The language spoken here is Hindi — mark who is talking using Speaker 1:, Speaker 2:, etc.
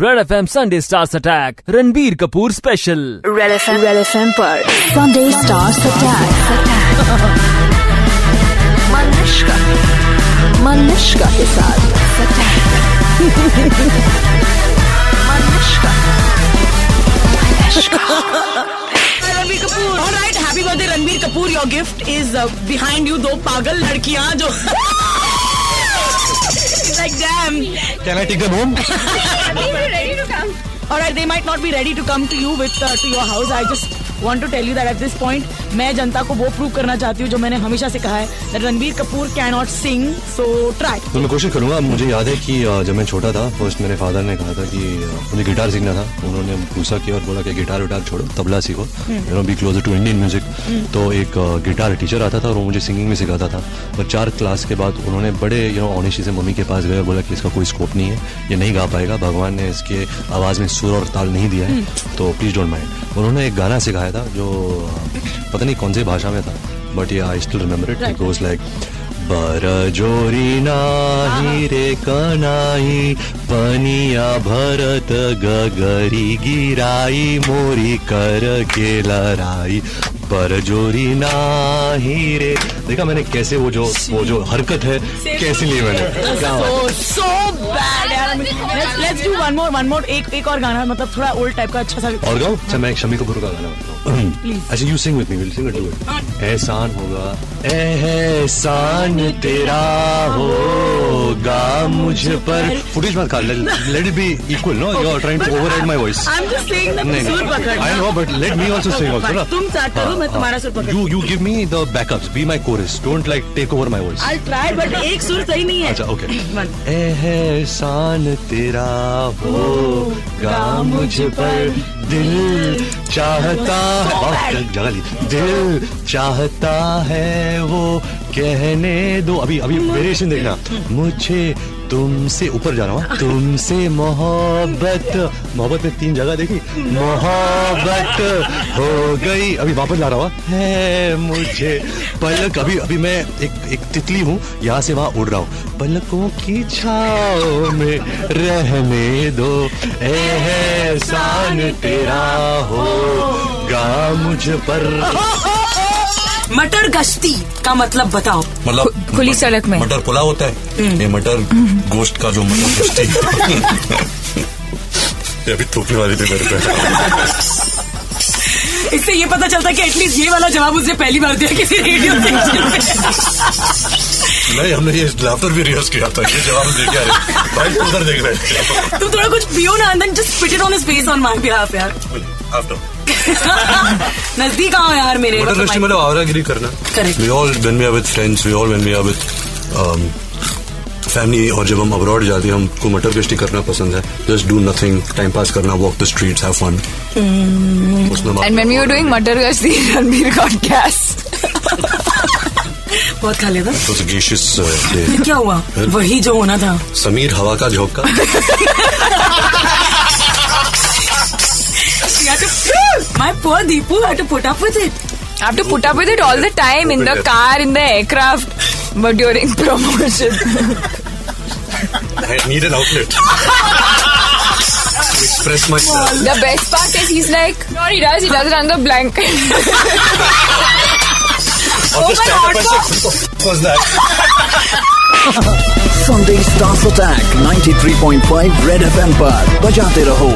Speaker 1: Red F M Sunday stars attack Ranbir Kapoor special
Speaker 2: red F M red F M पर Sunday stars attack Manushka Manushka के साथ Manushka
Speaker 3: Ranbir Kapoor all right happy birthday Ranbir Kapoor your gift is behind you uh, दो पागल लड़कियां जो like damn
Speaker 4: Can I take them home?
Speaker 3: all right they might not be ready to come to you with uh, to your house i just want to tell you that at this point मैं जनता को वो प्रूव करना चाहती हूँ जो मैंने हमेशा से कहा है that Ranbir Kapoor cannot sing so try
Speaker 4: तो मैं कोशिश करूंगा मुझे याद है कि अ, जब मैं छोटा था फर्स्ट मेरे फादर ने कहा था कि अ, मुझे गिटार सीखना था उन्होंने गुस्सा किया और बोला कि गिटार विटार छोड़ो तबला सीखो you know be closer to Indian music तो एक अ, गिटार टीचर आता था और वो मुझे सिंगिंग भी सिखाता था पर चार क्लास के बाद उन्होंने बड़े यू नो ऑनेस्टी से मम्मी के पास गए और बोला कि इसका कोई स्कोप नहीं है ये नहीं गा पाएगा भगवान ने इसके आवाज़ में सुर और ताल नहीं दिया है तो प्लीज़ डोंट माइंड उन्होंने एक गाना सिखाया था जो अ, पता नहीं कौन सी भाषा में था बट ये I still remember it goes like बर जोरी नाही रे कनाई पनिया भरत गगरी गिराई मोरी कर के लराई बर जोरी नाही रे देखा मैंने कैसे वो जो वो जो हरकत है कैसे ली मैंने क्या बात है?
Speaker 3: so so bad यार let's let's do one more one more एक एक और गाना मतलब थोड़ा old type का अच्छा सा
Speaker 4: और गाओ अच्छा मैं एक शमी कपूर का गाना बताता हूँ अच्छा you sing with me will sing it
Speaker 3: हाँ।
Speaker 4: इट एहसान होगा एहसान तेरा होगा मुझ पर फुटेज मत खा let it be equal no you are trying to override my voice
Speaker 3: I'm just saying that
Speaker 4: नहीं
Speaker 3: सुर पकड़ना
Speaker 4: I know but let me also
Speaker 5: तो
Speaker 4: सिंग आल्सो ना हाँ,
Speaker 3: तुम चाट करो मैं तुम्हारा सुर पकड़
Speaker 4: you you give me the backups be my chorus don't like take over my voice
Speaker 3: I try but एक सुर सही नहीं है
Speaker 4: अच्छा ओके
Speaker 3: मन।
Speaker 4: एहसान तेरा होगा मुझ पर दिल चाहता है वाह, जग- जगह ली दिल चाहता है वो कहने दो अभी अभी वेरिएशन देखना मुझे तुमसे ऊपर जा रहा हूँ हाँ। तुमसे मोहब्बत मोहब्बत में तीन जगह देखी मोहब्बत हो गई अभी वापस जा रहा हुआ है मुझे पलक अभी अभी मैं एक एक तितली हूँ यहाँ से वहाँ उड़ रहा हूँ पलकों की छाओ में रहने दो एहसान तेरा होगा मुझ पर
Speaker 5: मटर गश्ती का मतलब बताओ
Speaker 6: मतलब
Speaker 5: खु- खुली सड़क में
Speaker 6: मटर पुलाव होता है ये मटर गोश्त का जो मटर गोश्ती ये अभी थूकने वाली थी मेरे पे
Speaker 5: इससे ये पता चलता है कि एटलीस्ट ये वाला जवाब मुझे पहली बार दिया किसी रेडियो
Speaker 6: नहीं हमने ये लाफ्टर भी रिहर्स किया था ये जवाब दे के आ रहे भाई तो उधर देख रहे
Speaker 5: तुम थोड़ा कुछ पियो ना अंदर just spit it on space on my behalf यार
Speaker 6: आफ्टर
Speaker 5: नजदीक आओ यार मेरे
Speaker 6: मटर गोश्ती मतलब आवारागिरी करना
Speaker 5: Correct.
Speaker 6: We all when we are with friends we all when we are with family um, और जब हम अब्रॉड जाते हैं हमको मटर कश्ती करना पसंद है just do nothing time pass करना walk the streets have fun
Speaker 7: And when we were doing Matar Gashti, Ranbir got gas.
Speaker 5: बहुत खा लेता
Speaker 6: वाज अ गेशियस डे
Speaker 5: फिर क्या हुआ वही जो होना था
Speaker 6: uh, समीर हवा का झोंका
Speaker 5: my poor Deepu had to put up with it
Speaker 7: I have to put up with it all the time in the car, in the aircraft, but during promotion.
Speaker 6: I need an outlet to express myself.
Speaker 7: The best part is he's like, no, he does, he does it under blanket.
Speaker 6: I'll just stand up and say, "What the f- was that?
Speaker 8: Sunday stars attack 93.5 red FM पर बजाते रहो